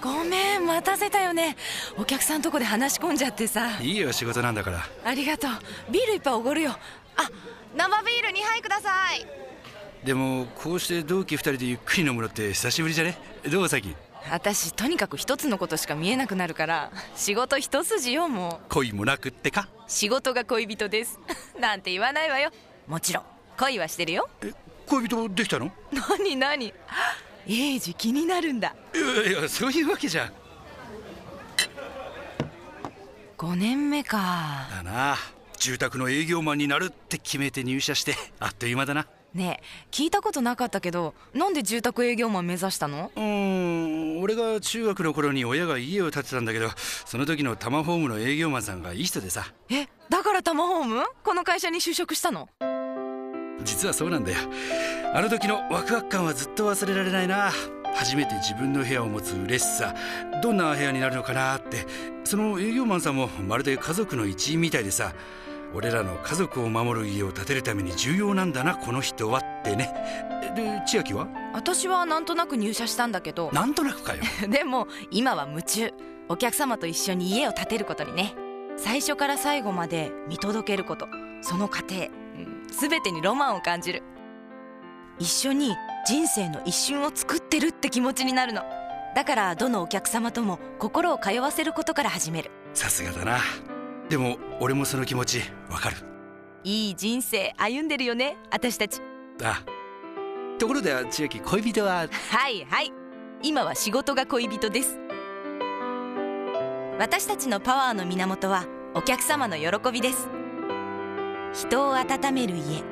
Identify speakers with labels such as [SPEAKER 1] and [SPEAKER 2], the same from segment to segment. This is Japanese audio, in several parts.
[SPEAKER 1] ごめん待たせたよねお客さんとこで話し込んじゃってさ
[SPEAKER 2] いいよ仕事なんだから
[SPEAKER 1] ありがとうビール一杯おごるよ
[SPEAKER 3] あ生ビール2杯ください
[SPEAKER 2] でもこうして同期2人でゆっくり飲むのって久しぶりじゃねどうさき
[SPEAKER 1] 私とにかく一つのことしか見えなくなるから仕事一筋よもう
[SPEAKER 2] 恋もなくってか
[SPEAKER 1] 仕事が恋人です なんて言わないわよもちろん恋はしてるよ
[SPEAKER 2] え恋人できたの
[SPEAKER 1] 何何エイジ気になるんだ
[SPEAKER 2] いやいやそういうわけじゃ
[SPEAKER 1] 5年目か
[SPEAKER 2] だな住宅の営業マンになるって決めて入社してあっという間だな
[SPEAKER 1] ねえ聞いたことなかったけどなんで住宅営業マン目指したの
[SPEAKER 2] うーん俺が中学の頃に親が家を建てたんだけどその時のタマホームの営業マンさんがいい人でさ
[SPEAKER 1] えだからタマホームこの会社に就職したの
[SPEAKER 2] 実はそうなんだよあの時のワクワク感はずっと忘れられないな初めて自分の部屋を持つ嬉しさどんな部屋になるのかなってその営業マンさんもまるで家族の一員みたいでさ俺らの家族を守る家を建てるために重要なんだなこの人はってねで千秋は
[SPEAKER 1] 私はなんとなく入社したんだけど
[SPEAKER 2] なんとなく かよ
[SPEAKER 1] でも今は夢中お客様と一緒に家を建てることにね最初から最後まで見届けることその過程うん全てにロマンを感じる一緒に人生の一瞬を作ってるって気持ちになるのだからどのお客様とも心を通わせることから始める
[SPEAKER 2] さすがだなでも俺もその気持ちわかる
[SPEAKER 1] いい人生歩んでるよね私たち
[SPEAKER 2] あところで千秋恋人は
[SPEAKER 1] はいはい今は仕事が恋人です私たちのパワーの源はお客様の喜びです人を温める家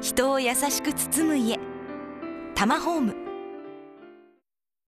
[SPEAKER 1] 人を優しく包む家タマホーム